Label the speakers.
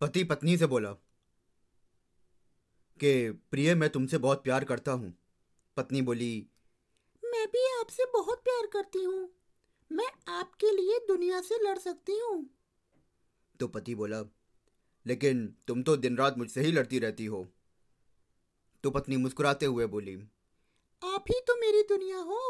Speaker 1: पति पत्नी से बोला कि प्रिय मैं तुमसे बहुत प्यार करता हूँ पत्नी बोली
Speaker 2: मैं भी आपसे बहुत प्यार करती हूँ मैं आपके लिए दुनिया से लड़ सकती हूँ
Speaker 1: तो पति बोला लेकिन तुम तो दिन रात मुझसे ही लड़ती रहती हो तो पत्नी मुस्कुराते हुए बोली
Speaker 2: आप ही तो मेरी दुनिया हो